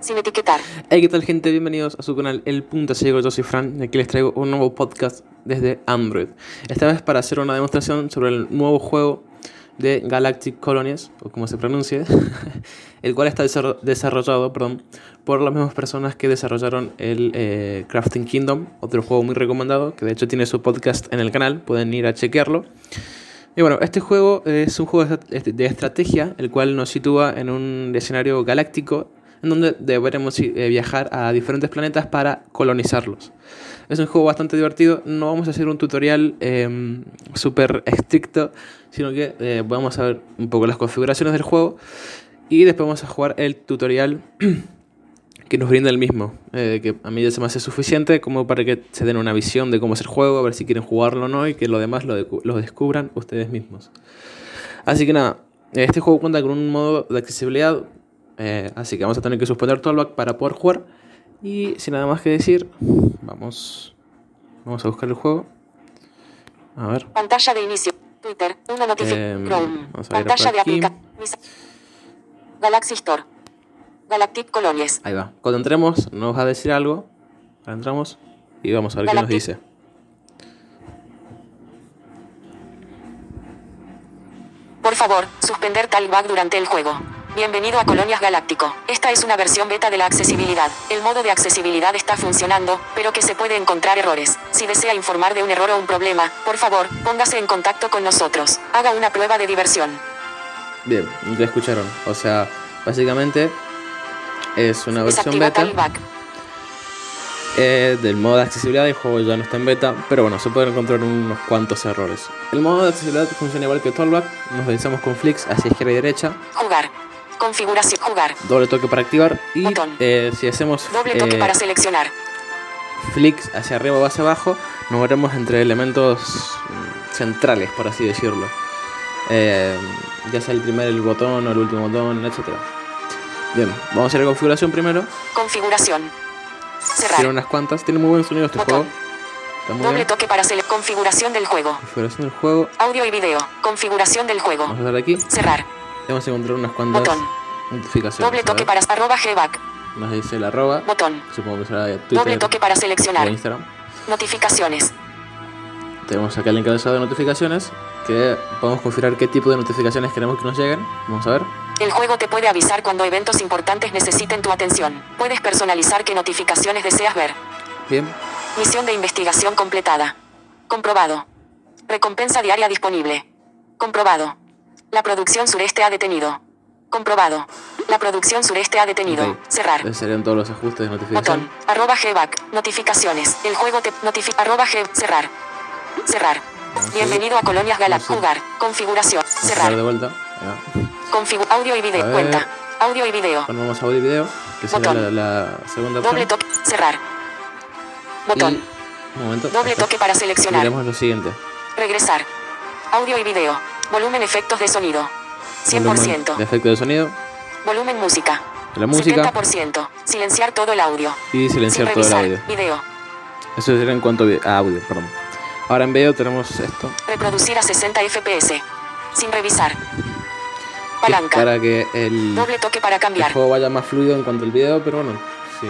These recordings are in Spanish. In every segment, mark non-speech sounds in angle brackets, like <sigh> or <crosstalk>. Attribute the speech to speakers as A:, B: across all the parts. A: Sin etiquetar.
B: Hey, ¿qué tal, gente? Bienvenidos a su canal El Punto Ciego. Yo soy Fran y aquí les traigo un nuevo podcast desde Android. Esta vez para hacer una demostración sobre el nuevo juego de Galactic Colonies, o como se pronuncie, <laughs> el cual está desarro- desarrollado perdón, por las mismas personas que desarrollaron el eh, Crafting Kingdom, otro juego muy recomendado, que de hecho tiene su podcast en el canal, pueden ir a chequearlo. Y bueno, este juego es un juego de est- de estrategia, el cual nos sitúa en un escenario galáctico, en donde deberemos i- eh, viajar a diferentes planetas para colonizarlos. Es un juego bastante divertido, no vamos a hacer un tutorial eh, súper estricto, sino que eh, vamos a ver un poco las configuraciones del juego y después vamos a jugar el tutorial <clears throat> que nos brinda el mismo, eh, que a mí ya se me hace suficiente como para que se den una visión de cómo es el juego, a ver si quieren jugarlo o no y que lo demás lo, decu- lo descubran ustedes mismos. Así que nada, este juego cuenta con un modo de accesibilidad, eh, así que vamos a tener que suspender todo el back para poder jugar. Y sin nada más que decir, vamos, vamos a buscar el juego. A ver.
A: Pantalla de inicio. Twitter. Una notificación.
B: Em,
A: Chrome.
B: vamos a ir
A: Pantalla
B: por
A: de
B: aquí.
A: aplicación. Galaxy Store. Galactic Colonies.
B: Ahí va. Cuando entremos nos va a decir algo. Ahora entramos y vamos a ver qué nos
A: Galactic.
B: dice.
A: Por favor, suspender talkback durante el juego. Bienvenido a Colonias Galáctico. Esta es una versión beta de la accesibilidad. El modo de accesibilidad está funcionando, pero que se puede encontrar errores. Si desea informar de un error o un problema, por favor, póngase en contacto con nosotros. Haga una prueba de diversión.
B: Bien, ya escucharon. O sea, básicamente es una versión
A: Desactiva
B: beta
A: talkback.
B: eh, del modo de accesibilidad. El juego ya no está en beta, pero bueno, se pueden encontrar unos cuantos errores. El modo de accesibilidad funciona igual que Tollback. Nos deslizamos con flicks hacia izquierda y derecha.
A: Jugar. Configuración. Jugar.
B: Doble toque para activar. Y
A: Botón.
B: eh, si hacemos
A: Doble toque
B: eh,
A: para seleccionar.
B: flicks hacia arriba o hacia abajo, nos veremos entre elementos mm, centrales, por así decirlo. Eh, ya sea el primer el botón o el último botón, etc. Bien, vamos a hacer la configuración primero.
A: Configuración.
B: Tiene
A: Cerrar.
B: unas cuantas, tiene muy buen sonido este
A: Botón.
B: juego. Está muy
A: Doble
B: bien.
A: toque para seleccionar. Configuración del juego.
B: Configuración del juego.
A: Audio y video. Configuración del juego.
B: Vamos a dar aquí.
A: Cerrar.
B: Vamos a encontrar unas cuantas
A: Botón.
B: notificaciones.
A: Doble
B: A
A: toque
B: ver,
A: para arroba gback.
B: Nos dice el arroba.
A: Botón.
B: Supongo que será de Twitter
A: Doble toque para
B: o
A: seleccionar.
B: Instagram.
A: Notificaciones.
B: Tenemos acá el encabezado de notificaciones. Que podemos configurar qué tipo de notificaciones queremos que nos lleguen. Vamos a ver.
A: El juego te puede avisar cuando eventos importantes necesiten tu atención. Puedes personalizar qué notificaciones deseas ver.
B: Bien.
A: Misión de investigación completada. Comprobado. Recompensa diaria disponible. Comprobado. La producción sureste ha detenido. Comprobado. La producción sureste ha detenido.
B: Ok.
A: Cerrar.
B: Esos serían todos los ajustes de notificación.
A: Botón. Arroba gback. Notificaciones. El juego te notifica. Arroba g. Cerrar. Cerrar.
B: Ok.
A: Bienvenido a Colonias Galap.
B: Vamos a-
A: Jugar. Configuración.
B: Vamos a dar de
A: Cerrar.
B: vuelta. Ahí va.
A: Config audio y
B: A
A: video.
B: ver.
A: Cuenta. Audio y video.
B: Bueno, vamos a audio y video, que será la,
A: Botón.
B: la segunda
A: Doble
B: opción.
A: toque. Cerrar. Botón.
B: Y- un momento.
A: Doble
B: acá.
A: toque para seleccionar.
B: Miremos lo siguiente.
A: Regresar. Audio y video. Volumen efectos de sonido.
B: Volumen
A: 100%.
B: de efecto de sonido,
A: Volumen música.
B: de la música
A: 70%. Silenciar todo el audio.
B: y
A: Sin
B: silenciar todo el
A: revisar.
B: audio.
A: Video.
B: Eso sería en cuanto a vi- a audio, perdón. Ahora en video tenemos esto. que
A: Reproducir a 60 FPS. Sin revisar.
B: es
A: Palanca.
B: Para que el,
A: Doble toque para
B: el
A: cambiar.
B: juego vaya más fluido en cuanto al video, pero bueno, sí,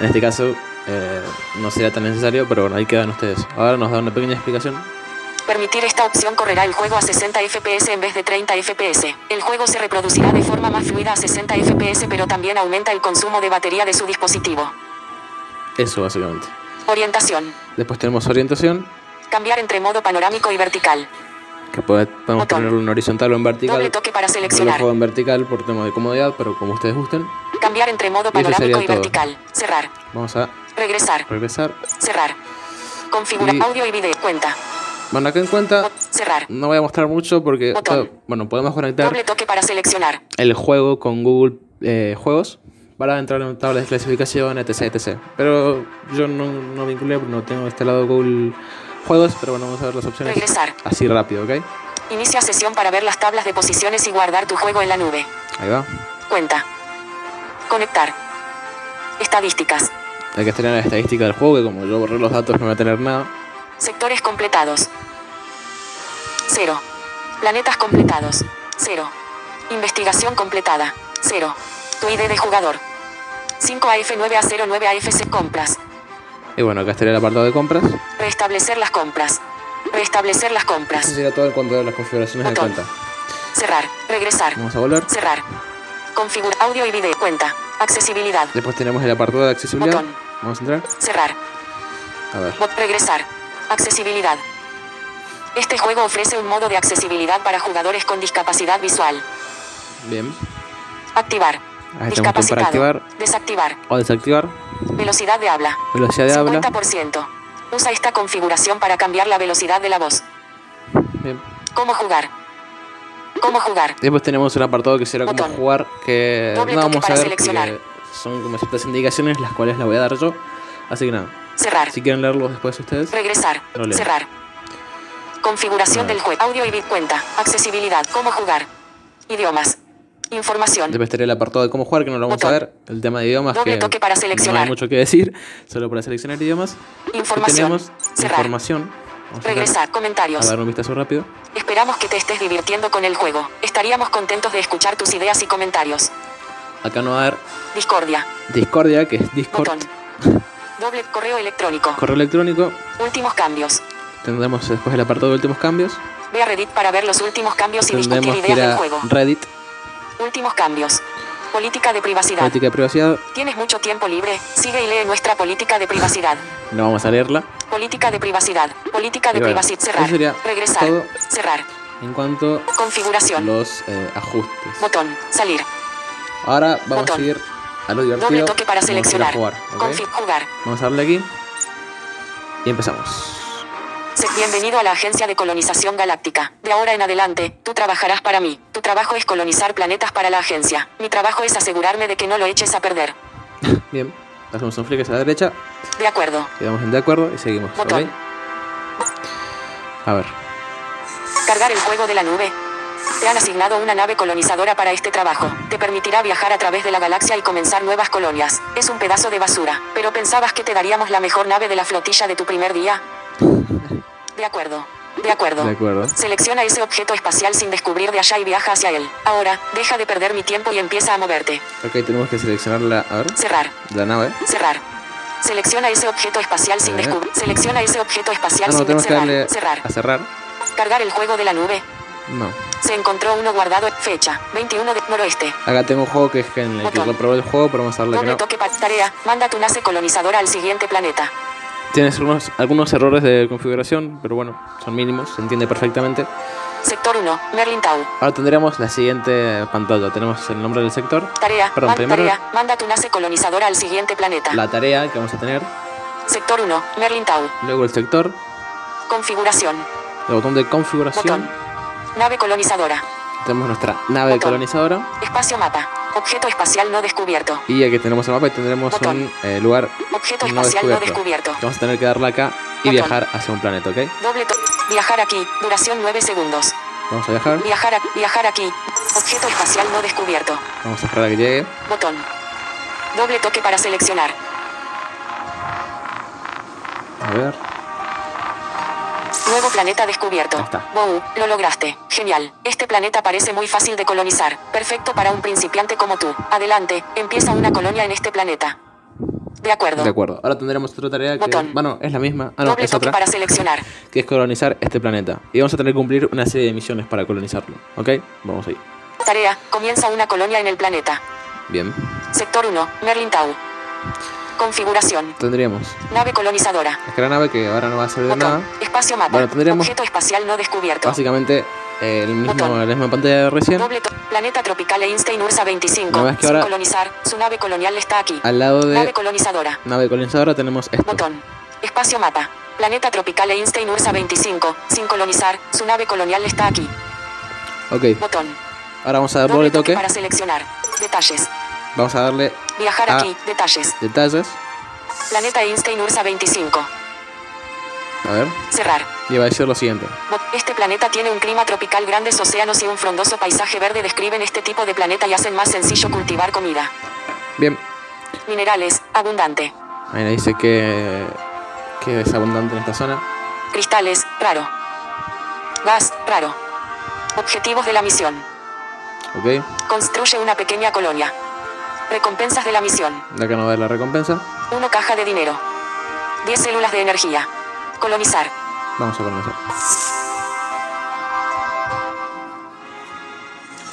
B: en este caso eh, no será tan necesario, pero bueno, ahí quedan ustedes. Ahora nos da una pequeña explicación
A: Permitir esta opción correrá el juego a 60 FPS en vez de 30 FPS. El juego se reproducirá de forma más fluida a 60 FPS pero también aumenta el consumo de batería de su dispositivo.
B: Eso básicamente.
A: Orientación.
B: Después tenemos orientación,
A: Cambiar entre modo panorámico y vertical.
B: que puede- podemos
A: Botón.
B: ponerlo en horizontal o en
A: Doble
B: vertical.
A: toque para
B: Yo lo
A: seleccionar.
B: juego en vertical por tema de comodidad, pero como ustedes gusten,
A: Cambiar entre modo
B: Y eso sería
A: panorámico y
B: todo.
A: vertical. Cerrar.
B: vamos a
A: Regresar.
B: regresar.
A: Cerrar. Configurar
B: Y- Ah.
A: audio y video. Cuenta.
B: Bueno, acá en cuenta
A: Cerrar.
B: no voy a mostrar mucho porque,
A: Botón.
B: eh, bueno, podemos conectar
A: Doble toque para seleccionar.
B: el juego con Google eh, Juegos para entrar en tablas de clasificación, etc, etc. Pero yo no, no vinculé, no tengo instalado Google Juegos, pero bueno, vamos a ver las opciones
A: Regresar.
B: así rápido, ¿ok?
A: Inicia sesión para ver las tablas de posiciones y guardar tu juego en la nube.
B: Ahí va.
A: Cuenta. Conectar. Estadísticas.
B: Aquí estarían las estadísticas del juego, que como yo borré los datos no voy a tener nada.
A: Sectores completados. Cero. Planetas completados. Cero. Investigación completada. Cero. Tu ID de jugador. 5AF9A09AFC compras.
B: Y bueno, acá estaría el apartado de compras.
A: Restablecer las compras. Restablecer las
B: Eso
A: compras.
B: sería todo en cuanto a las configuraciones de
A: Botón.
B: cuenta.
A: Cerrar. Regresar.
B: Vamos a volver.
A: Cerrar. Configurar audio y video. Cuenta. Accesibilidad.
B: Después tenemos el apartado de accesibilidad.
A: Botón.
B: Vamos a entrar.
A: Cerrar.
B: A ver.
A: Bot regresar. Accesibilidad. Este juego ofrece un modo de accesibilidad para jugadores con discapacidad visual.
B: Bien.
A: Activar.
B: Ahí tenemos un botón para activar
A: Desactivar.
B: o desactivar.
A: Velocidad de habla.
B: Velocidad de habla.
A: 50%. Usa esta configuración para cambiar la velocidad de la voz.
B: Bien.
A: ¿Cómo jugar? ¿Cómo jugar?
B: Después tenemos el apartado que será como
A: Botón.
B: jugar, que
A: Doble
B: no
A: toque
B: vamos a
A: para
B: ver
A: seleccionar.
B: porque son como ciertas indicaciones, las cuales las voy a dar yo. Así que nada,
A: Cerrar.
B: si quieren leerlos después ustedes.
A: Regresar.
B: No leo.
A: Cerrar. Configuración
B: Ah.
A: del juego. Audio y bit cuenta. Accesibilidad. ¿Cómo jugar? Idiomas. Información.
B: Después estaría el apartado de cómo jugar, que no lo vamos a
A: Botón.
B: ver. El tema de idiomas,
A: Doble
B: que
A: toque para
B: no hay
A: seleccionar.
B: mucho que decir, <laughs> solo para seleccionar idiomas. Después
A: Información.
B: tenemos
A: Cerrar.
B: información. Vamos a
A: Regresar.
B: dar-
A: Comentarios.
B: a dar un vistazo rápido.
A: Esperamos que te estés divirtiendo con el juego. Estaríamos contentos de escuchar tus ideas y comentarios.
B: Acá nos va a dar
A: Discordia.
B: Discordia, que es Discord,
A: Botón. Doble correo electrónico.
B: correo electrónico.
A: Últimos cambios.
B: Tendremos después el apartado de últimos cambios.
A: Ve a Reddit para ver los últimos cambios y discutir
B: Tendremos que
A: ideas
B: ir
A: del
B: a
A: juego.
B: Reddit,
A: Últimos cambios. Política de privacidad.
B: política de privacidad.
A: ¿Tienes mucho tiempo libre? Sigue y lee nuestra política de privacidad.
B: No vamos a leerla.
A: Política de privacidad. Política de
B: Y bueno,
A: privacidad.
B: eso sería
A: Cerrar. Regresar.
B: todo.
A: Cerrar.
B: En cuanto a
A: Configuración.
B: los eh, ajustes.
A: Botón. Salir.
B: Ahora vamos
A: Botón.
B: a seguir a lo divertido.
A: Doble toque para
B: Vamos a ir a
A: seleccionar.
B: jugar, ¿ok?
A: Config. Jugar.
B: Vamos a darle aquí. Y empezamos.
A: Se- Bienvenido a la Agencia de Colonización Galáctica. De ahora en adelante, tú trabajarás para mí. Tu trabajo es colonizar planetas para la agencia. Mi trabajo es asegurarme de que no lo eches a perder.
B: Bien. Hacemos un flick hacia la derecha.
A: De acuerdo.
B: Quedamos en de acuerdo y seguimos. ¿ok?
A: Botón.
B: A ver.
A: Cargar el juego de la nube. Te han asignado una nave colonizadora para este trabajo. Te permitirá viajar a través de la galaxia y comenzar nuevas colonias. Es un pedazo de basura, pero pensabas que te daríamos la mejor nave de la flotilla de tu primer día. De acuerdo. De acuerdo.
B: De acuerdo.
A: Selecciona ese objeto espacial sin descubrir de allá y viaja hacia él. Ahora, deja de perder mi tiempo y empieza a moverte.
B: Ok, tenemos que seleccionar la, a ver,
A: Cerrar.
B: la nave.
A: Cerrar. Selecciona ese objeto espacial sin
B: Eh.
A: descubrir. Selecciona ese objeto
B: Ah,
A: espacial
B: no,
A: sin
B: tenemos que darle
A: cerrar. Cerrar.
B: a cerrar.
A: Cargar el juego de la nube.
B: No.
A: Se encontró uno guardado. Fecha. 21 de noroeste.
B: Acá tengo un juego que es que en el que
A: Botón.
B: reprobé el juego, pero vamos a darle que
A: Doble
B: no.
A: toque para tarea. Manda tu nace colonizadora al siguiente planeta.
B: Tienes algunos, algunos errores de configuración, pero bueno, son mínimos, se entiende perfectamente.
A: Sector 1. Merlin Tau.
B: Ahora tendríamos la siguiente pantalla. Tenemos el nombre del sector,
A: Tarea.
B: Perdón,
A: man-
B: primero-
A: tarea. Manda tu nace colonizadora al siguiente planeta.
B: la tarea que vamos a tener,
A: Sector 1. Merlin Tau.
B: luego el sector,
A: Configuración.
B: el botón de configuración.
A: Botón. Nave colonizadora.
B: Tenemos nuestra nave
A: Botón.
B: colonizadora.
A: Espacio mapa. Objeto espacial no descubierto.
B: Y aquí tenemos el mapa y tendremos
A: Botón.
B: un eh, lugar
A: Objeto
B: no
A: espacial no
B: descubierto.
A: descubierto.
B: Vamos a tener que darle acá y
A: Botón.
B: viajar hacia un planeta, ¿ok?
A: Doble to- Viajar aquí. Duración 9 segundos.
B: Vamos a viajar,
A: Viajar, a- viajar aquí. Objeto espacial no descubierto.
B: vamos a esperar a que llegue.
A: Botón. Doble toque para seleccionar.
B: A ver,
A: Nuevo planeta descubierto.
B: Ahí está.
A: Wow, lo lograste. Genial. Este planeta parece muy fácil de colonizar. Perfecto para un principiante como tú. Adelante, empieza una colonia en este planeta. De acuerdo.
B: de acuerdo. Ahora tendremos otra tarea que,
A: Botón.
B: bueno, es la misma. Ah, no,
A: Doble
B: es
A: toque
B: otra.
A: para seleccionar.
B: que es colonizar este planeta. Y vamos a tener que cumplir una serie de misiones para colonizarlo. ¿Ok? Vamos ahí.
A: Tarea, comienza una colonia en el planeta.
B: Bien.
A: Sector 1, Merlin Tau. Configuración.
B: Tendríamos
A: Nave colonizadora.
B: esta gran nave que ahora no va a servir de
A: Botón.
B: nada.
A: Espacio mapa.
B: Bueno, tendríamos-
A: Objeto espacial no descubierto.
B: Básicamente, eh, el mismo,
A: Botón.
B: la misma pantalla de recién.
A: Doble to- Planeta tropical Einstein Ursa 25.
B: No, es que
A: Sin
B: ahora-
A: colonizar, su nave colonial está aquí.
B: Al lado
A: Nave
B: de
A: colonizadora.
B: nave colonizadora tenemos esto.
A: Botón. Espacio mapa. Planeta tropical e Einstein Ursa 25. Sin colonizar, su nave colonial está aquí.
B: Ok,
A: Botón.
B: ahora vamos a darle doble Ah, toque.
A: para seleccionar. Detalles.
B: Vamos a darle
A: Viajar
B: Ah.
A: aquí. Detalles.
B: detalles.
A: Planeta Einstein Ursa 25.
B: A ver.
A: Cerrar.
B: Y va a decir lo siguiente.
A: Bo- Este planeta tiene un clima tropical, grandes océanos y un frondoso paisaje verde. Describen este tipo de planeta y hacen más sencillo cultivar comida.
B: Bien.
A: Minerales, abundante.
B: Ahí le dice que, que es abundante en esta zona.
A: Cristales, raro. Gas, raro. Objetivos de la misión.
B: Ok.
A: Construye una pequeña colonia. Recompensas de la misión.
B: De acá nos da la recompensa.
A: 1 caja de dinero. 10 células de energía. Colonizar.
B: Vamos a comenzar.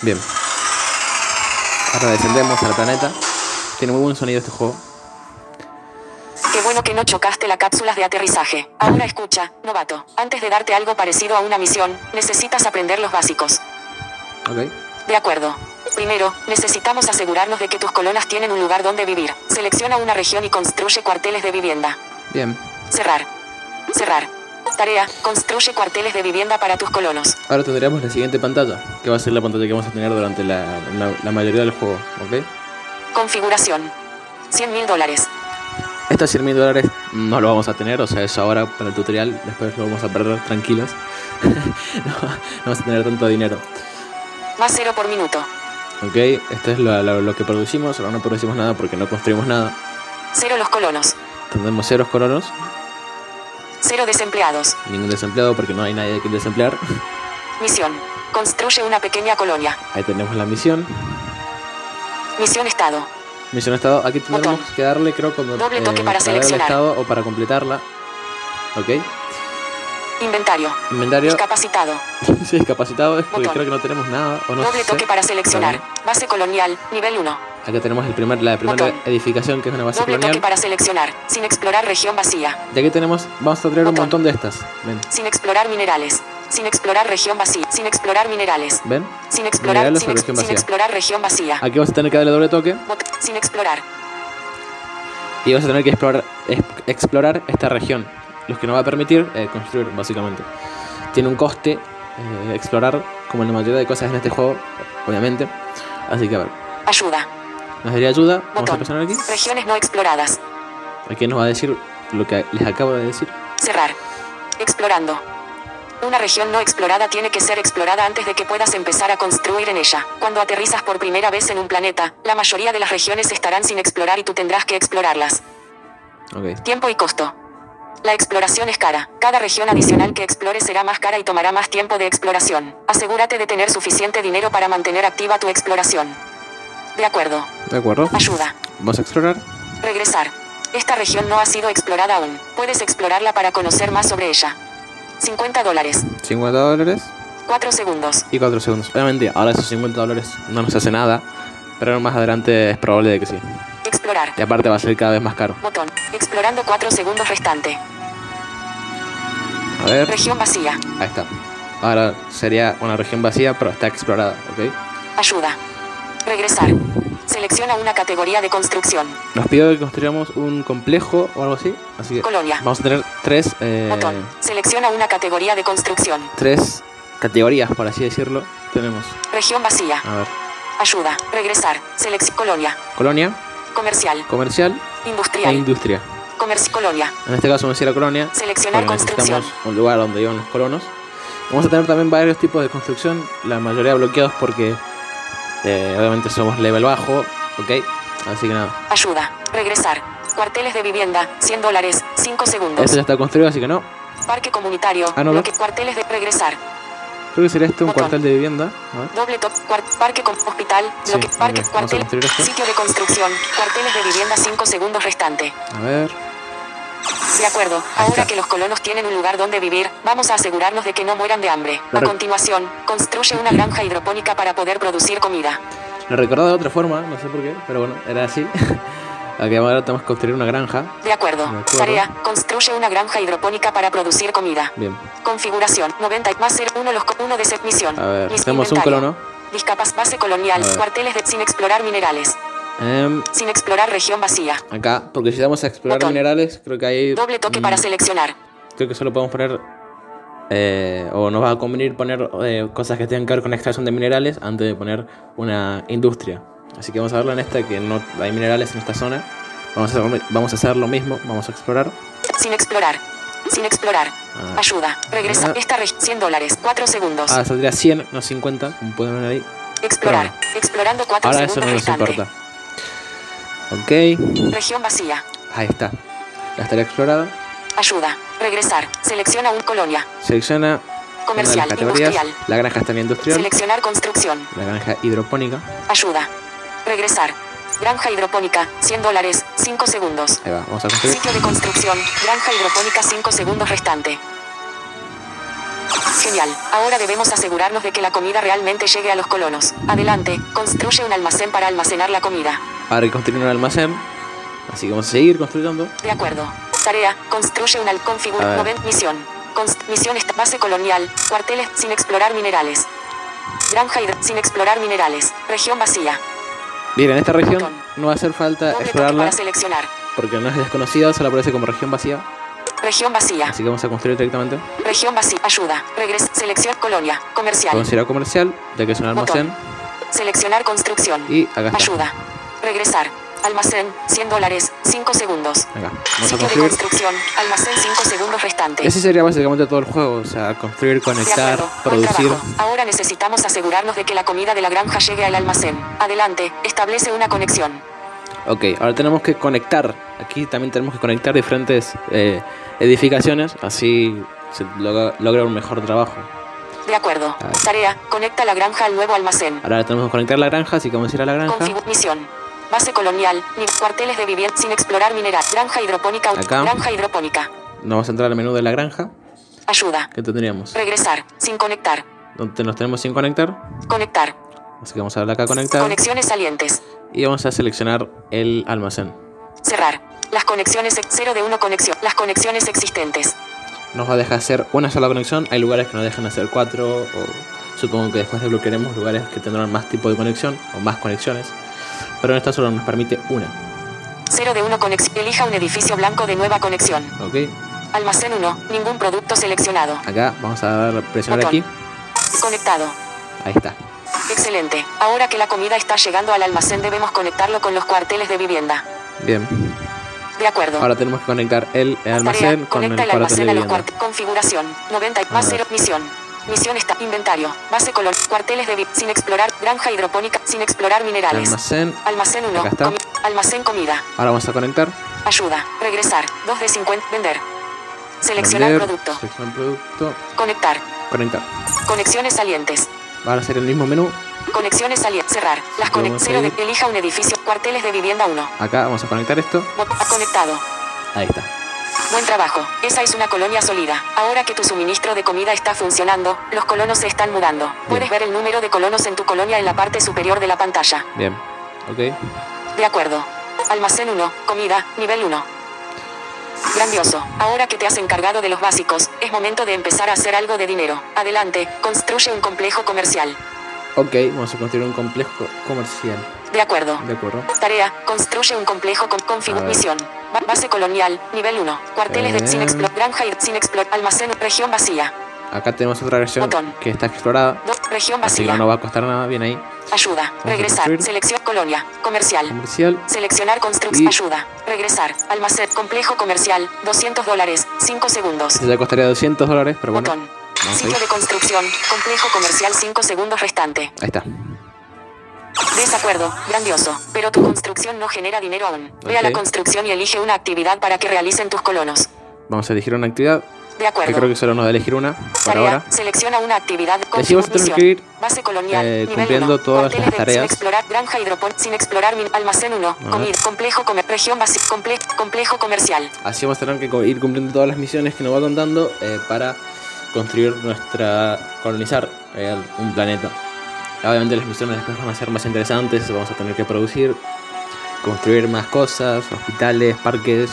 B: Bien. Ahora descendemos al planeta. Tiene muy buen sonido este juego.
A: Qué bueno que no chocaste las cápsulas de aterrizaje. Ahora escucha, novato. Antes de darte algo parecido a una misión, necesitas aprender los básicos.
B: Ok.
A: De acuerdo. Primero, necesitamos asegurarnos de que tus colonas tienen un lugar donde vivir. Selecciona una región y construye cuarteles de vivienda.
B: Bien.
A: Cerrar. Cerrar. Tarea, construye cuarteles de vivienda para tus colonos.
B: Ahora tendremos la siguiente pantalla, que va a ser la pantalla que vamos a tener durante la, la, la mayoría del juego, ¿ok?
A: Configuración. 100 mil dólares.
B: Estos 100 mil dólares no lo vamos a tener, o sea, es ahora para el tutorial, después lo vamos a perder tranquilos. <laughs> no, no vamos a tener tanto dinero.
A: Más cero por minuto.
B: Ok, esto es lo, lo- lo que producimos, ahora no producimos nada porque no construimos nada.
A: Cero los colonos.
B: Tendremos ceros colonos,
A: Cero desempleados.
B: ningún desempleado porque no hay nadie que desemplear.
A: Misión. Construye una pequeña colonia.
B: Ahí tenemos la misión.
A: Misión Estado.
B: Misión estado, aquí tendremos
A: Botón.
B: que darle creo cuando
A: Doble toque para
B: darle al
A: seleccionar.
B: estado o para completarla. Ok,
A: Inventario.
B: inventario
A: Discapacitado.
B: <laughs> Sí, discapacitado es porque
A: Botón.
B: creo que no tenemos nada. O no
A: Doble
B: sé.
A: toque para seleccionar. Base colonial, nivel 1.
B: Acá tenemos el primer, la primera
A: Botón.
B: edificación que es una base
A: Doble toque
B: colonial.
A: para seleccionar. Sin explorar región vacía.
B: Y aquí tenemos, vamos a traer un
A: Botón.
B: montón de estas. Ven,
A: Sin explorar minerales. Sin explorar región vacía. Sin explorar minerales.
B: ven.
A: Sin explorar,
B: Minerales
A: sin,
B: o
A: ex-
B: región
A: sin
B: vacía.
A: explorar región vacía.
B: Aquí vamos a tener que darle doble toque
A: Bot- sin explorar.
B: y vamos a tener que explorar, es- explorar esta región. Lo que nos va a permitir eh, construir, básicamente. Tiene un coste eh, explorar, como la mayoría de cosas en este juego, obviamente. Así que a ver,
A: Ayuda.
B: nos daría ayuda. Vamos a
A: Botón.
B: presionar aquí.
A: Regiones no exploradas.
B: Aquí nos va a decir lo que les acabo de decir.
A: Cerrar. Explorando. Una región no explorada tiene que ser explorada antes de que puedas empezar a construir en ella. Cuando aterrizas por primera vez en un planeta, la mayoría de las regiones estarán sin explorar y tú tendrás que explorarlas.
B: Ok.
A: Tiempo y costo. La exploración es cara. Cada región adicional que explores será más cara y tomará más tiempo de exploración. Asegúrate de tener suficiente dinero para mantener activa tu exploración. De acuerdo.
B: De acuerdo.
A: Ayuda.
B: Vamos a explorar.
A: Regresar. Esta región no ha sido explorada aún. Puedes explorarla para conocer más sobre ella. 50 dólares.
B: 50 dólares.
A: 4 segundos.
B: y 4 segundos. Obviamente, ahora esos 50 dólares no nos hace nada, pero más adelante es probable de que sí.
A: Explorar.
B: Y aparte va a ser cada vez más caro.
A: Botón. Explorando 4 segundos restante.
B: A ver,
A: Región vacía.
B: ahí está. Ahora sería una región vacía, pero está explorada, ¿ok?
A: Ayuda. Regresar. Selecciona una categoría de construcción.
B: Nos pidió que construyamos un complejo o algo así, así que
A: Colonia.
B: vamos a tener tres, eh,
A: Botón. Selecciona una categoría de construcción.
B: tres categorías, por así decirlo. Tenemos,
A: Región vacía.
B: a ver,
A: Ayuda. Regresar. Selec colonia.
B: colonia,
A: Comercial.
B: comercial e
A: Industrial.
B: industria.
A: Comerci colonia.
B: En este caso, vamos a ir a colonia,
A: Seleccionar
B: porque
A: construcción.
B: necesitamos un lugar donde iban los colonos. Vamos a tener también varios tipos de construcción, la mayoría bloqueados porque eh, obviamente somos level bajo, ok. Así que nada,
A: Ayuda. Regresar. Cuarteles de vivienda. 100 dólares. 5 segundos.
B: este ya está construido, así que no.
A: Parque comunitario.
B: Ah, no,
A: bloque-
B: no.
A: cuarteles de regresar.
B: Creo que sería este un
A: Botón.
B: cuartel de vivienda. A ver.
A: Doble top, cuar- parque con hospital,
B: Sí,
A: bloque,
B: muy
A: parque,
B: bien. Vamos a
A: cuartel,
B: construir esto.
A: sitio de construcción, cuarteles de vivienda 5 segundos restante.
B: A ver.
A: De acuerdo,
B: Ahí
A: ahora
B: está.
A: que los colonos tienen un lugar donde vivir, vamos a asegurarnos de que no mueran de hambre. A
B: Claro.
A: continuación, construye una granja hidropónica para poder producir comida.
B: Lo recordaba de otra forma, no sé por qué, pero bueno, era así. <laughs> ok, ahora tenemos que construir una granja.
A: De acuerdo.
B: De acuerdo.
A: Tarea, construye una granja hidropónica para producir comida.
B: Bien,
A: Configuración, 90 y más 0, 1 los co- uno de set misión.
B: a ver,
A: Mis-
B: tenemos un
A: inventario.
B: colono.
A: Discapac- base
B: A
A: colonial,
B: ver.
A: cuarteles de sin explorar minerales,
B: Em,
A: sin explorar región vacía.
B: acá, porque si vamos a explorar
A: Botón.
B: minerales, creo que hay.
A: Doble toque para
B: mm,
A: seleccionar.
B: Creo que solo podemos poner. eh, o nos va a convenir poner eh, cosas que tengan que ver con la extracción de minerales antes de poner una industria. Así que vamos a verlo en esta, que no hay minerales en esta zona. Vamos a hacer, vamos a hacer lo mismo, vamos a explorar.
A: Sin explorar. Sin explorar.
B: Ah.
A: Ayuda. Regresa.
B: Ah.
A: Esta región. 100 dólares. 4 segundos.
B: Ah, saldría 100, no 50, como pueden ver ahí.
A: Explorar. Explorando 4
B: Ahora
A: segundos
B: eso no nos
A: restante.
B: importa. Ok,
A: Región vacía.
B: ahí está. Ya estaría explorada.
A: Ayuda. Regresar. Selecciona un colonia.
B: Selecciona una de las
A: Comercial.
B: categorías.
A: Industrial.
B: La granja está en industrial,
A: Seleccionar construcción.
B: la granja hidropónica.
A: Ayuda. Regresar. Granja hidropónica, 100 dólares, 5 segundos.
B: Ahí va, vamos a construir.
A: Sitio de construcción, granja hidropónica 5 segundos restante. Genial, ahora debemos asegurarnos de que la comida realmente llegue a los colonos. Adelante, construye un almacén para almacenar la comida.
B: Ahora hay que construir un almacén. Así que vamos a seguir construyendo.
A: De acuerdo. Tarea, construye un al
B: A
A: configura
B: ver.
A: noven- misión. Const- misión esta- base colonial, cuarteles sin explorar minerales. Granja hidro- sin explorar minerales, región vacía.
B: Bien, en esta región no va a hacer falta
A: Doble toque para
B: Eh, explorarla
A: seleccionar.
B: porque no es desconocida, solo aparece como región vacía.
A: Región vacía.
B: Así que vamos a construir directamente.
A: Región vacía. Ayuda. Regres. Selección colonia. Comercial.
B: Considera comercial, ya que es un almacén.
A: Seleccionar construcción.
B: Y acá está.
A: Ayuda. Regresar. Almacén. 100 dólares. 5 segundos.
B: Acá, vamos a
A: Sitio de
B: construir.
A: construcción. Almacén 5 segundos restante.
B: Ese sería básicamente todo el juego, o sea, construir,
A: De
B: conectar,
A: acuerdo. Buen
B: producir.
A: trabajo. Ahora necesitamos asegurarnos de que la comida de la granja llegue al almacén. Adelante. Establece una conexión.
B: Ok, ahora tenemos que conectar. Aquí también tenemos que conectar diferentes eh, edificaciones, así se logra, logra un mejor trabajo.
A: De acuerdo.
B: Ah.
A: Tarea. Conecta la granja al nuevo almacén.
B: Ahora tenemos que conectar la granja, así que vamos a ir a la granja.
A: Configuración. Misión. Base colonial. Ni cuarteles de vivienda sin explorar mineral. Granja hidropónica.
B: Acá.
A: Granja hidropónica.
B: Nos vamos a entrar al menú de la granja,
A: Ayuda.
B: que tendríamos.
A: Regresar. Sin conectar.
B: Donde nos tenemos sin conectar,
A: Conectar.
B: así que vamos a darle acá a conectar
A: Conexiones salientes.
B: y vamos a seleccionar el almacén.
A: Cerrar. Las conexiones 0 de 1 conexión. Las conexiones existentes.
B: Nos va a dejar hacer una sola conexión, hay lugares que nos dejan hacer cuatro, o supongo que después desbloquearemos lugares que tendrán más tipo de conexión o más conexiones, pero en esta solo nos permite una,
A: 0 de 1 conexión. Elija un edificio blanco de nueva conexión.
B: ¿ok?
A: Almacén 1. Ningún producto seleccionado.
B: Acá vamos a dar- presionar
A: Botón.
B: aquí.
A: Conectado.
B: Ahí está.
A: Excelente. Ahora que la comida está llegando al almacén debemos conectarlo con los cuarteles de vivienda.
B: Bien.
A: De acuerdo.
B: Ahora tenemos que conectar el almacén
A: Tarea,
B: con el
A: conecta el
B: cuarto de
A: almacén a los
B: vivienda.
A: cuarteles. Configuración. 90 y- más
B: A ver.
A: 0. Misión. Misión está. Inventario. Base color. Cuarteles de vi- sin explorar. Granja hidropónica. Sin explorar
B: El
A: minerales.
B: almacén.
A: Almacén 1.
B: Acá está.
A: almacén comida.
B: Ahora vamos a conectar.
A: Ayuda. Regresar. 2 de 50. Vender. Seleccionar
B: Vender,
A: producto.
B: Seleccionar producto.
A: Conectar.
B: Conectar.
A: Conexiones salientes.
B: Ahora será el mismo menú.
A: Conexiones salientes. Cerrar. Las
B: Vamos a
A: conexiones.
B: ir.
A: Elija un edificio. Cuarteles de vivienda 1.
B: Acá vamos a conectar esto.
A: Bot- Conectado.
B: Ahí está.
A: Buen trabajo. Esa es una colonia sólida. Ahora que tu suministro de comida está funcionando, los colonos se están mudando. Puedes ver el número de colonos en tu colonia en la parte superior de la pantalla.
B: Bien. Ok.
A: De acuerdo. Almacén 1. Comida. Nivel 1. Grandioso. Ahora que te has encargado de los básicos, es momento de empezar a hacer algo de dinero. Adelante, construye un complejo comercial.
B: Ok. Vamos a construir un complejo comercial.
A: De acuerdo.
B: De acuerdo.
A: Tarea, construye un complejo con
B: A ver.
A: configuración. Ba- Base colonial, nivel 1. Cuarteles
B: Eh.
A: de sin explot, granja y sin explot, almacén, región vacía.
B: Acá tenemos otra región
A: Botón.
B: que está explorada.
A: Do- región
B: Así que
A: vacía.
B: no nos va a costar nada. Bien ahí.
A: Ayuda.
B: a
A: Regresar.
B: construir.
A: Selección colonia. Comercial.
B: Comercial.
A: Seleccionar construcción.
B: Y-
A: Ayuda. Regresar. Almacén. Complejo comercial. 200 dólares. 5 segundos.
B: Este ya costaría 200 dólares, pero bueno.
A: Botón.
B: Vamos ahí.
A: Sitio de construcción. Complejo comercial. 5 segundos restante.
B: Ahí está.
A: Desacuerdo. Grandioso. Pero tu construcción no genera dinero aún. Ve a la
B: Ok.
A: construcción y elige una actividad para que realicen tus colonos.
B: Vamos a elegir una actividad.
A: De
B: Que creo
A: acuerdo.
B: que solo nos da elegir una por
A: Tarea.
B: ahora.
A: Selecciona una actividad.
B: Así vas a tener que ir
A: Base colonial,
B: eh,
A: nivel
B: cumpliendo
A: uno.
B: todas
A: Cuarteles
B: las
A: de- Sin
B: tareas.
A: explorar granja hidropon, sin explorar min- almacén 1,
B: ver.
A: comida, complejo, comer, región base, comple- complejo comercial.
B: Así vamos a tener que co- ir cumpliendo todas las misiones que nos va contando eh, para construir nuestra. colonizar eh, un planeta. Obviamente las misiones después van a ser más interesantes, vamos a tener que producir, construir más cosas, hospitales, parques,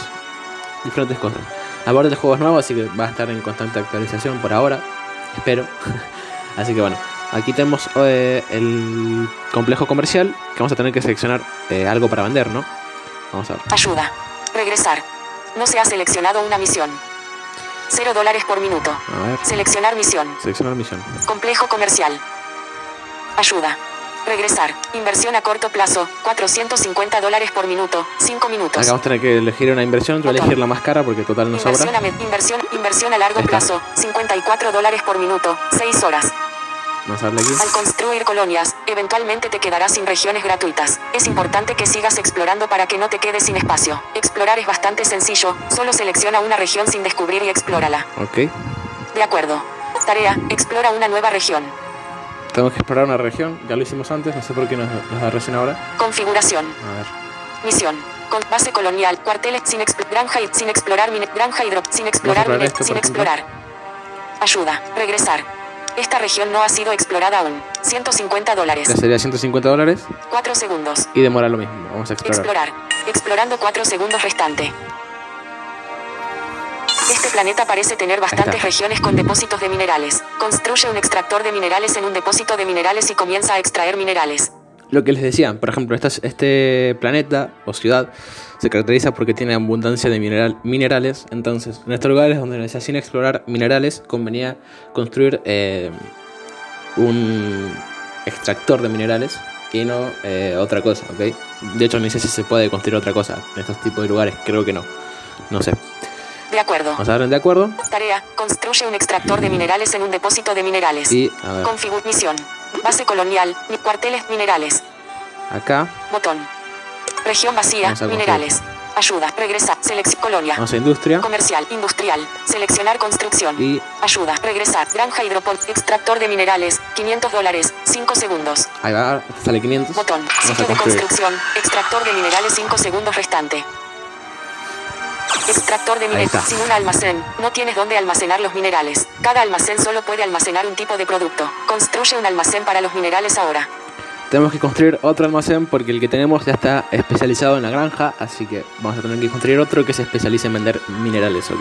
B: diferentes cosas. Aparte de juegos nuevos, así que va a estar en constante actualización por ahora, espero. <laughs> así que bueno, aquí tenemos eh, el complejo comercial, que vamos a tener que seleccionar eh, algo para vender, ¿no? Vamos a ver.
A: Ayuda. Regresar. No se ha seleccionado una misión. 0 dólares por minuto.
B: A ver.
A: Seleccionar misión.
B: Seleccionar misión.
A: Complejo comercial. Ayuda. Regresar. Inversión a corto plazo. 450 dólares por minuto. 5 minutos.
B: Acá vamos a tener que elegir una inversión, yo voy a elegir la más cara porque total no
A: Inversión a,
B: sobra.
A: me- inversión, inversión a largo
B: Ahí está.
A: plazo. 54 dólares por minuto. 6 horas.
B: Vamos a darle aquí.
A: Al construir colonias, eventualmente te quedarás sin regiones gratuitas. Es importante que sigas explorando para que no te quedes sin espacio. Explorar es bastante sencillo, solo selecciona una región sin descubrir y explórala.
B: Ok.
A: De acuerdo. Tarea, explora una nueva región.
B: Tenemos que explorar una región, ya lo hicimos antes, no sé por qué nos, nos da recién ahora.
A: Configuración.
B: A ver.
A: Misión. Con base colonial. Cuarteles sin expl- granja y sin explorar mine- granja hidro sin explorar
B: probar
A: mine-
B: esto, por
A: sin
B: ejemplo.
A: explorar. Ayuda. Regresar. Esta región no ha sido explorada aún. 150
B: Ya
A: dólares.
B: sería 150 dólares
A: 4 segundos.
B: y demora lo mismo. Vamos a explorar.
A: Explorar. Explorando 4 segundos restante. Este planeta parece tener bastantes
B: está.
A: regiones con depósitos de minerales. Construye un extractor de minerales en un depósito de minerales y comienza a extraer minerales.
B: Lo que les decía, por ejemplo, esta- este planeta o ciudad se caracteriza porque tiene abundancia de mineral, minerales. Entonces, en estos lugares donde se hacían explorar minerales, convenía construir eh, un extractor de minerales y no eh, otra cosa, ¿ok? De hecho, ni sé si se puede construir otra cosa en estos tipos de lugares. Creo que no. No sé.
A: De acuerdo.
B: Vamos a ver, ¿de acuerdo?
A: Tarea. Construye un extractor de minerales en un depósito de minerales.
B: Y, a ver,
A: Configuración. Base colonial. mi- Cuarteles minerales.
B: acá
A: Botón. Región vacía.
B: Vamos a
A: Minerales. Ayuda. Regresar. Selección. Colonia.
B: vamos a industria
A: Comercial. Industrial. Seleccionar construcción.
B: y
A: Ayuda. Regresar. Granja hidropon. Extractor de minerales. 500 dólares. 5 segundos.
B: ahí va, hasta sale 500.
A: Botón.
B: Vamos a
A: Sitio de
B: construir.
A: construcción. Extractor de minerales 5 segundos restante. Extractor de
B: Ahí está.
A: minerales. Sin un almacén, no tienes dónde almacenar los minerales. Cada almacén solo puede almacenar un tipo de producto. Construye un almacén para los minerales ahora.
B: Tenemos que construir otro almacén porque el que tenemos ya está especializado en la granja, así que vamos a tener que construir otro que se especialice en vender minerales, ¿ok?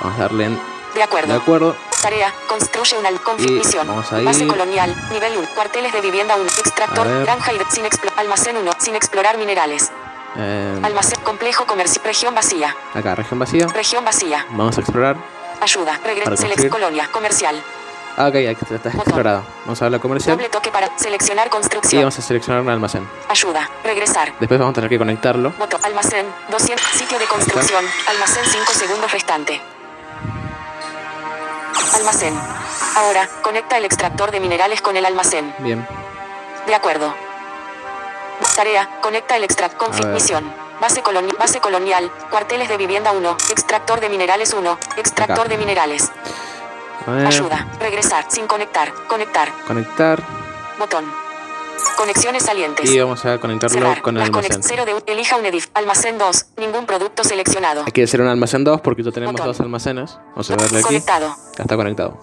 B: Vamos a darle en
A: De
B: de
A: acuerdo.
B: acuerdo.
A: Tarea. Construye un almacén.
B: vamos ahí.
A: Base colonial. Nivel 1. Cuarteles de vivienda 1. Extractor.
B: A ver.
A: Granja y sin explo- almacén 1. Sin explorar minerales.
B: eh,
A: Almacén complejo comercial. Región vacía.
B: acá, región vacía.
A: Región vacía.
B: Vamos a explorar.
A: Ayuda.
B: Para
A: Regresar.
B: construir.
A: Select colonia. Comercial.
B: Ah, ok, aquí está, está explorado. Vamos a darle a comercial
A: Doble toque para seleccionar
B: y
A: construcción.
B: vamos a seleccionar un almacén.
A: Ayuda. Regresar.
B: Después vamos a tener que conectarlo.
A: Botón. Almacén. 200. Sitio de construcción. Almacén 5 segundos restante. Almacén. Ahora, conecta el extractor de minerales con el almacén.
B: Bien,
A: De acuerdo. Tarea. Conecta el extractor.
B: A ver.
A: Configuración. Base, coloni- base colonial. Cuarteles de vivienda 1. Extractor de minerales 1. Extractor
B: Acá.
A: de
B: Eh.
A: minerales.
B: a ver,
A: Ayuda. Regresar. Sin conectar. Conectar.
B: conectar
A: Botón. Conexiones salientes.
B: y vamos a conectarlo
A: Cerrar.
B: con el
A: Las
B: almacén.
A: conex- cero de un- elija un edif. Almacén 2. Ningún producto seleccionado.
B: Hay que hacer un almacén 2 porque ya tenemos
A: Botón.
B: dos almacenes. Vamos a darle aquí.
A: Conectado.
B: Ya está conectado.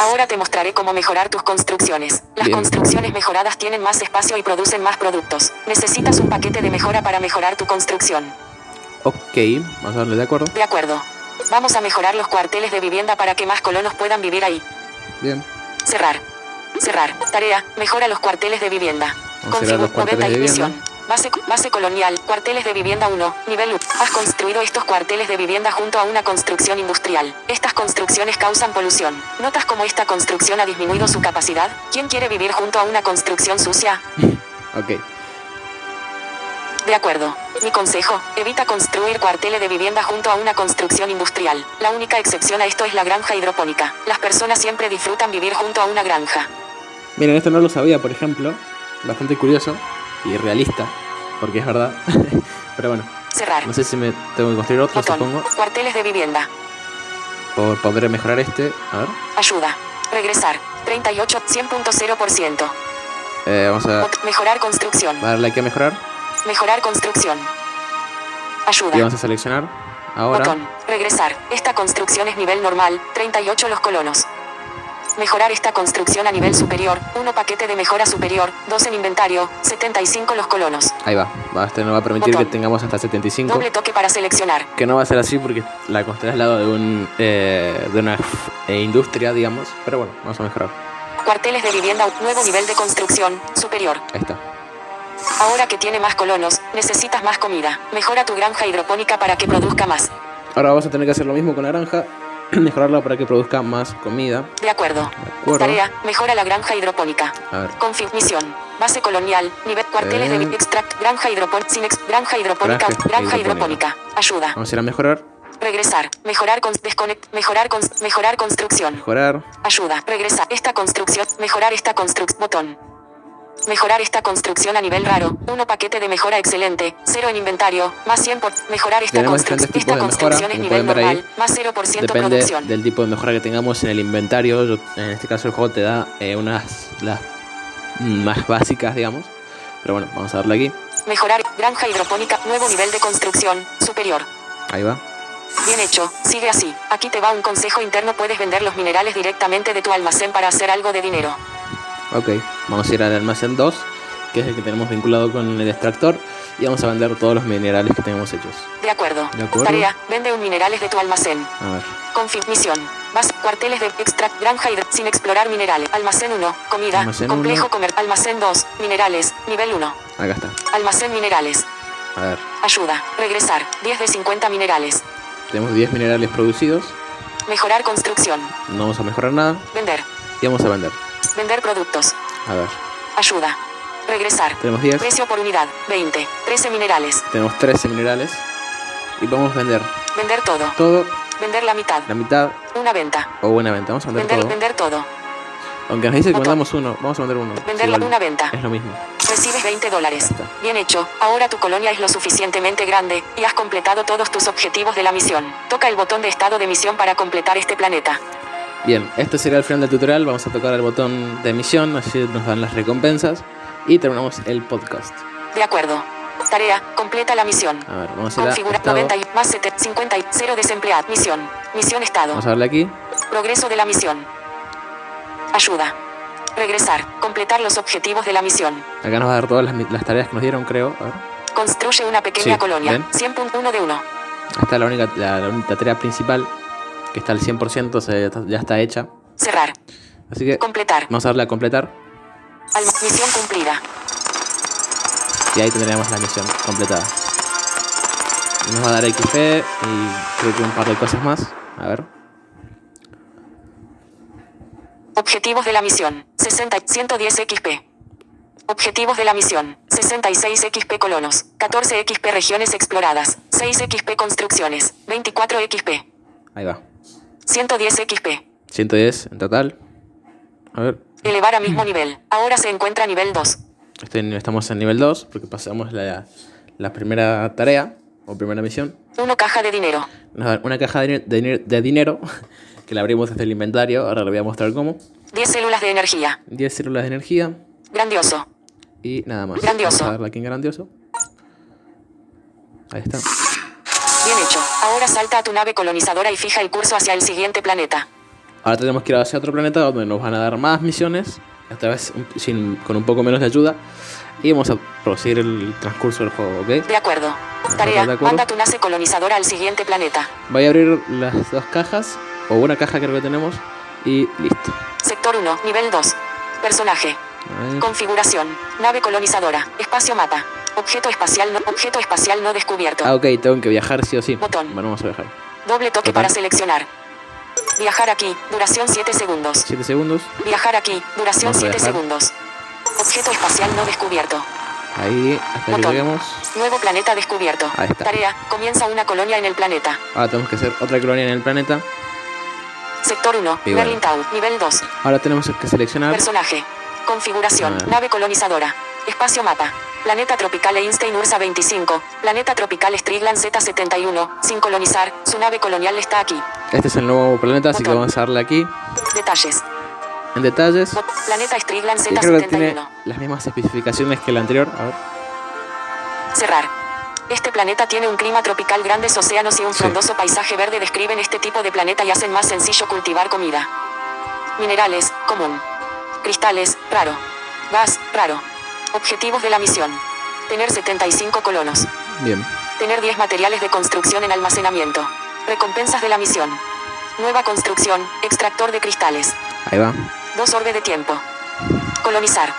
A: Ahora te mostraré cómo mejorar tus construcciones. Las
B: Bien.
A: construcciones mejoradas tienen más espacio y producen más productos. Necesitas un paquete de mejora para mejorar tu construcción.
B: Ok, vamos a darle de acuerdo.
A: De acuerdo. Vamos a mejorar los cuarteles de vivienda para que más colonos puedan vivir ahí.
B: Bien.
A: Cerrar. Cerrar. Tarea. Mejora los cuarteles de vivienda.
B: Vamos a cerrar los cuarteles
A: noventa
B: de
A: y
B: vivienda.
A: misión. Base, base colonial. Cuarteles de vivienda 1. Nivel 1. Has construido estos cuarteles de vivienda junto a una construcción industrial. Estas construcciones causan polución. ¿Notas cómo esta construcción ha disminuido su capacidad? ¿Quién quiere vivir junto a una construcción sucia?
B: Ok.
A: De acuerdo. Mi consejo, evita construir cuarteles de vivienda junto a una construcción industrial. La única excepción a esto es la granja hidropónica. Las personas siempre disfrutan vivir junto a una granja.
B: Miren, esto no lo sabía, por ejemplo. Bastante curioso y realista, porque es verdad. <laughs> Pero bueno,
A: Cerrar.
B: no sé si me tengo que construir otro,
A: Botón.
B: Pues, supongo.
A: Cuarteles de vivienda.
B: O podré mejorar este. A ver.
A: Ayuda. Regresar. 38, 100.0%.
B: Eh, vamos a
A: Bot- Mejorar construcción.
B: darle aquí a mejorar.
A: Mejorar construcción.
B: Y
A: Ayuda.
B: vamos a seleccionar. Ahora.
A: Botón. Regresar. Esta construcción es nivel normal, 38 los colonos. Mejorar esta construcción a nivel superior, 1 paquete de mejora superior, 2 en inventario, 75 los colonos.
B: Ahí va. Va, Este nos va a permitir
A: Botón.
B: que tengamos hasta 75.
A: Doble toque para seleccionar.
B: Que no va a ser así porque la construí al lado de, un, eh, de una eh, industria, digamos. Pero bueno, vamos a mejorar.
A: Cuarteles de vivienda, nuevo nivel de construcción, superior.
B: Ahí está.
A: Ahora que tiene más colonos, necesitas más comida. Mejora tu granja hidropónica para que produzca más.
B: Ahora vamos a tener que hacer lo mismo con la granja, <clears throat> mejorarla para que produzca más comida.
A: De acuerdo.
B: De acuerdo.
A: Tarea, mejora la granja hidropónica.
B: A ver,
A: Config misión. Base colonial. Nivel cuarteles de
B: Eh.
A: vi- extract. Granja hidropónica. Sin ex- granja hidropónica.
B: Granja
A: Granja
B: hidropónica.
A: hidropónica. Ayuda.
B: vamos a ir a mejorar,
A: Regresar. Mejorar con desconect. Mejorar con mejorar construcción.
B: mejorar,
A: Ayuda. Regresar. Esta construcción. Mejorar esta construcción. Botón. Mejorar esta construcción a nivel raro. 1 paquete de mejora excelente. 0 en inventario. Más 100 por. Mejorar esta, construc-
B: Tenemos diferentes tipos
A: esta
B: de mejora,
A: construcción es
B: como
A: nivel
B: pueden ver ahí.
A: normal. Más 0%
B: Depende
A: producción.
B: del tipo de mejora que tengamos en el inventario. Yo- en este caso el juego te da eh, unas las más básicas, digamos. Pero bueno, vamos a darle aquí.
A: Mejorar. Granja hidropónica. Nuevo nivel de construcción. Superior.
B: Ahí va.
A: Bien hecho, sigue así. Aquí te va un consejo interno, puedes vender los minerales directamente de tu almacén para hacer algo de dinero.
B: Ok. Vamos a ir al almacén 2, que es el que tenemos vinculado con el extractor. Y vamos a vender todos los minerales que tenemos hechos.
A: De acuerdo.
B: De acuerdo.
A: Tarea, vende un minerales de tu almacén.
B: A ver.
A: Config, misión. Vas, cuarteles de extract, granja y sin explorar minerales. Almacén 1, comida,
B: Almacén
A: complejo
B: uno.
A: comer. Almacén 2, minerales, nivel 1.
B: Acá está.
A: Almacén minerales.
B: A ver.
A: Ayuda, regresar, 10 de 50 minerales.
B: Tenemos 10 minerales producidos.
A: Mejorar construcción.
B: No vamos a mejorar nada.
A: Vender,
B: Y vamos a vender.
A: vender productos.
B: A ver.
A: Ayuda. Regresar.
B: Tenemos 10.
A: Precio por unidad, 20, 13 minerales.
B: Tenemos 13 minerales. Y podemos vender
A: Vender todo.
B: todo,
A: Vender la mitad.
B: la mitad
A: Una venta.
B: o una Oh, venta. Vamos a vender
A: Vender,
B: todo.
A: vender todo.
B: Aunque nos dice que
A: Otro.
B: mandamos uno, vamos a mandar uno.
A: Vender
B: Sí, Eh.
A: la-
B: vale.
A: una venta.
B: Es lo mismo.
A: Recibes 20 dólares.
B: Ahí está.
A: Bien hecho. Ahora tu colonia es lo suficientemente grande y has completado todos tus objetivos de la misión. Toca el botón de estado de misión para completar este planeta.
B: Bien, este sería el final del tutorial. Vamos a tocar el botón de misión, así nos dan las recompensas. Y terminamos el podcast.
A: De acuerdo. Tarea. Completa la misión.
B: A ver, vamos a ir a
A: Configura
B: estado.
A: 90 y más 7, 50 y 0 desempleado. Misión. Misión estado.
B: Vamos a darle aquí.
A: Progreso de la misión. Ayuda. Regresar. Completar los objetivos de la misión.
B: Acá nos va a dar todas las, mi- las tareas que nos dieron, creo. A ver.
A: Construye una pequeña
B: Sí,
A: colonia.
B: ven.
A: 100.1 de 1.
B: Esta es la única, la, la única tarea principal, que está al 100%, se- ya está- ya está hecha.
A: Cerrar.
B: Así que
A: Completar.
B: vamos a darle a completar
A: Alma- Misión cumplida.
B: y ahí tendremos la misión completada. Nos va a dar XP y creo que un par de cosas más. A ver.
A: Objetivos de la misión. 60 110 XP. Objetivos de la misión. 66 XP colonos. 14 XP regiones exploradas. 6 XP construcciones. 24 XP.
B: Ahí va.
A: 110 XP.
B: 110 en total. A ver.
A: Elevar a mismo nivel. Ahora se encuentra nivel 2.
B: Estoy en- este, estamos en nivel 2 porque pasamos la, la primera tarea o primera misión.
A: 1 caja de dinero.
B: Nos dan una caja de, diner- de diner- de dinero <laughs> que la abrimos desde el inventario. Ahora le voy a mostrar cómo.
A: 10 células de energía.
B: 10 células de energía
A: Grandioso.
B: y nada más.
A: Grandioso.
B: Vamos a darle aquí en grandioso. Ahí está.
A: Bien hecho. Ahora salta a tu nave colonizadora y fija el curso hacia el siguiente planeta.
B: Ahora tenemos que ir hacia otro planeta donde nos van a dar más misiones. Esta vez un- sin- con un poco menos de ayuda. Y vamos a proseguir el transcurso del juego, ¿ok?
A: De acuerdo.
B: Ajá,
A: Tarea.
B: de acuerdo.
A: Manda tu nave colonizadora al siguiente planeta.
B: Voy a abrir las dos cajas, o una caja creo que tenemos, y listo.
A: Sector 1. Nivel 2. Personaje.
B: A ver.
A: Configuración. Nave colonizadora. Espacio mapa. Objeto espacial no, objeto espacial no descubierto.
B: Ah, ok, tengo que viajar sí o sí.
A: Botón.
B: Bueno, vamos a viajar.
A: Doble toque
B: Botón.
A: para seleccionar. Viajar aquí. Duración 7 segundos.
B: 7 segundos.
A: Viajar aquí. Duración
B: Vamos a
A: 7
B: viajar.
A: segundos. Objeto espacial no descubierto.
B: Ahí, hasta que
A: Botón.
B: lleguemos.
A: Nuevo planeta descubierto.
B: Ahí está.
A: Tarea. Comienza una colonia en el planeta.
B: Ahora tenemos que hacer otra colonia en el planeta.
A: Sector 1.
B: Y bueno.
A: Berlin Town. Nivel 2.
B: Ahora tenemos que seleccionar.
A: Personaje. Configuración.
B: Ah.
A: Nave colonizadora. Espacio mapa. Planeta tropical Einstein Ursa 25. Planeta tropical Strigland Z71. Sin colonizar, su nave colonial está aquí.
B: Este es el nuevo planeta, así que
A: Botón.
B: vamos a darle aquí
A: Detalles.
B: en detalles.
A: Bo- Planeta Strigland
B: Y creo que
A: Z71.
B: tiene las mismas especificaciones que el anterior. A ver.
A: Cerrar. Este planeta tiene un clima tropical, grandes océanos y un
B: Sí.
A: frondoso paisaje verde. Describen este tipo de planeta y hacen más sencillo cultivar comida. Minerales, común. Cristales, raro. Gas, raro. Objetivos de la misión. Tener 75 colonos.
B: Bien.
A: Tener 10 materiales de construcción en almacenamiento. Recompensas de la misión. Nueva construcción, extractor de cristales.
B: Ahí va.
A: Dos orbe de tiempo. Colonizar.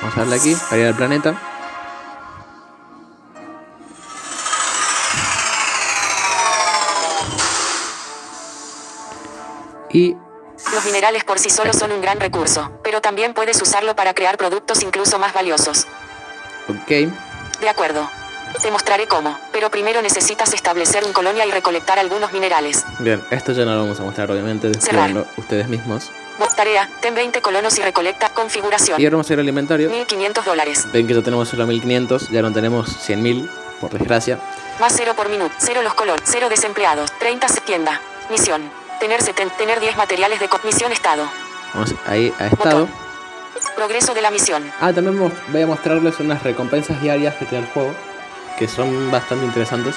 B: Vamos a darle aquí para ir al planeta. Y
A: Los minerales por sí solos son un gran recurso, pero también puedes usarlo para crear productos incluso más valiosos.
B: ok.
A: De acuerdo. Te mostraré cómo, pero primero necesitas establecer un colonia y recolectar algunos minerales.
B: Bien, esto ya no lo vamos a mostrar, obviamente,
A: Cerrar.
B: descríbanlo ustedes mismos.
A: Bo- Tarea, ten 20 colonos y recolecta configuración.
B: Y ahora vamos a ir al inventario.
A: 1500 dólares.
B: Ven que ya tenemos solo 1500, ya no tenemos 100.000, por desgracia.
A: Más 0 por minuto. 0 los colores. 0 desempleados. 30 se tienda. Misión. Tener, seten- tener 10 materiales de co- misión estado.
B: Vamos ahí a estado.
A: Progreso de la misión.
B: Ah, también mos- voy a mostrarles unas recompensas diarias que tiene el juego, que son bastante interesantes.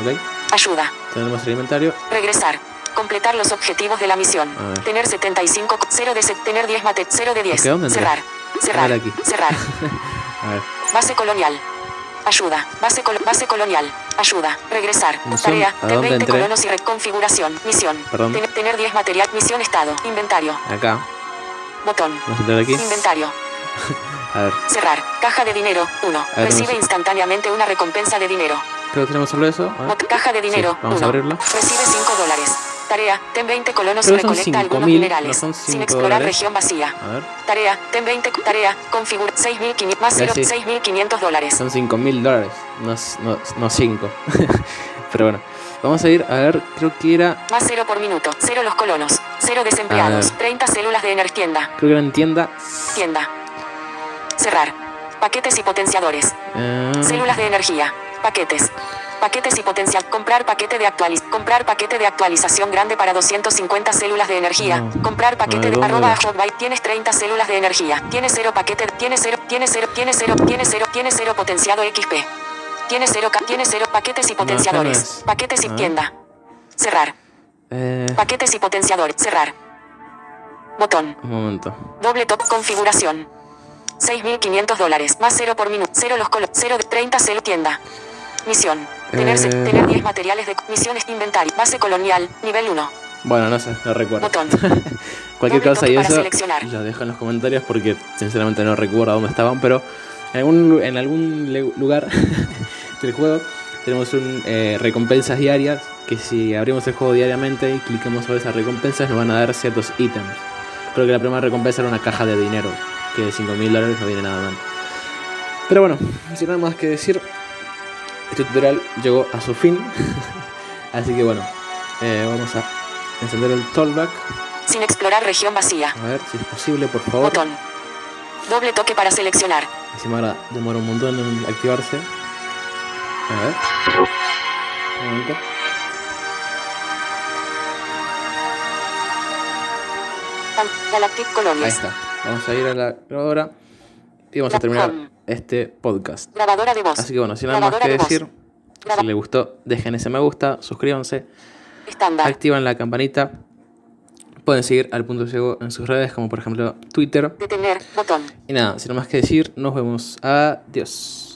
B: Ok,
A: Ayuda.
B: tenemos el inventario.
A: Regresar. Completar los objetivos de la misión.
B: A ver.
A: Tener 75. co- 0 de se- tener 10 mate. 0 de 10.
B: Ok, ¿dónde entré?
A: Cerrar.
B: Ahora
A: Cerrar.
B: aquí.
A: Cerrar.
B: A ver,
A: Base colonial. Ayuda. Base, col- base colonial. Ayuda. Regresar.
B: Misión.
A: Tarea.
B: ¿A
A: Ten
B: dónde
A: 20
B: entré?
A: colonos y reconfiguración. Misión.
B: Perdón.
A: Ten- tener 10 material. Misión estado. Inventario.
B: acá,
A: Botón.
B: vamos a entrar aquí.
A: Inventario.
B: A ver,
A: Cerrar. Caja de dinero. 1.
B: ver,
A: Recibe
B: vamos.
A: instantáneamente una recompensa de dinero.
B: creo que tenemos solo eso. A ver.
A: Bot- Caja de dinero.
B: Sí, vamos a
A: 1.
B: abrirlo.
A: Recibe 5 dólares. Tarea. Ten 20 colonos y
B: Creo que son
A: recolecta
B: 5.000,
A: algunos
B: no
A: minerales.
B: son
A: Sin
B: 5
A: explorar
B: dólares.
A: región vacía.
B: A ver,
A: Tarea. Ten 20. cu- Tarea. Configura 6.500 más
B: Ya
A: 0.
B: sí.
A: 6.500 dólares.
B: son 5.000 dólares, no 5. No, cinco. <laughs> Pero bueno, vamos a ir a ver, creo que era,
A: Más 0 por minuto. 0 los colonos. 0
B: A
A: desempleados.
B: ver.
A: 30 células de energía. Tienda.
B: creo que era en tienda.
A: Tienda. Cerrar. Paquetes y potenciadores.
B: eh,
A: Células de energía. Paquetes. Paquetes y potencial. Comprar paquete de actualiz Comprar paquete de actualización grande para 250 células de energía.
B: No.
A: Comprar paquete de
B: Ay, ¿dónde
A: arroba
B: era?
A: hotmail. Tienes 30 células de energía. Tienes cero paquete. Tienes cero. Tienes cero. Tienes cero. Tienes cero. Tienes cero potenciado XP. Tienes cero. ca- Tienes cero paquetes y
B: acá no
A: potenciadores.
B: es.
A: Paquetes y
B: Ah.
A: tienda. Cerrar.
B: eh,
A: Paquetes y potenciadores. Cerrar. Botón.
B: un momento.
A: Doble top configuración. 6.500 dólares. Más 0 por minuto. 0 los colores. 0 de 30 cel tienda. Misión. Tener, se-
B: Eh.
A: tener 10 materiales de misiones inventario. Base colonial. Nivel 1.
B: Bueno, no sé, no recuerdo. <laughs>
A: Botón. Doble
B: Cualquier cosa
A: toque
B: y
A: para
B: eso
A: seleccionar.
B: lo dejo en los comentarios porque sinceramente no recuerdo dónde estaban, pero en algún, lu- en algún le- lugar <laughs> del juego tenemos un, eh, recompensas diarias que si abrimos el juego diariamente y clicamos sobre esas recompensas nos van a dar ciertos ítems. Creo que la primera recompensa era una caja de dinero, que de 5 mil dólares no viene nada mal. Pero bueno, sin nada más que decir, este tutorial llegó a su fin, <laughs> así que bueno, eh, vamos a encender el tollback.
A: Sin explorar región vacía.
B: A ver si es posible, por favor.
A: Botón. Doble toque para seleccionar.
B: Encima ahora demora un montón en activarse. A ver. Un momento.
A: Pan- Galactic
B: Ahí
A: Colonias.
B: está. Vamos a ir a la grabadora y vamos a terminar este podcast.
A: Grabadora de voz.
B: Así que bueno, sin nada más que
A: Grabadora de voz.
B: decir, si
A: Graba-
B: les gustó, dejen ese me gusta, suscríbanse,
A: Estándar.
B: activan la campanita. Pueden seguir al punto ciego en sus redes, como por ejemplo Twitter.
A: Detener. Botón.
B: Y nada, sin nada más que decir, nos vemos. Adiós.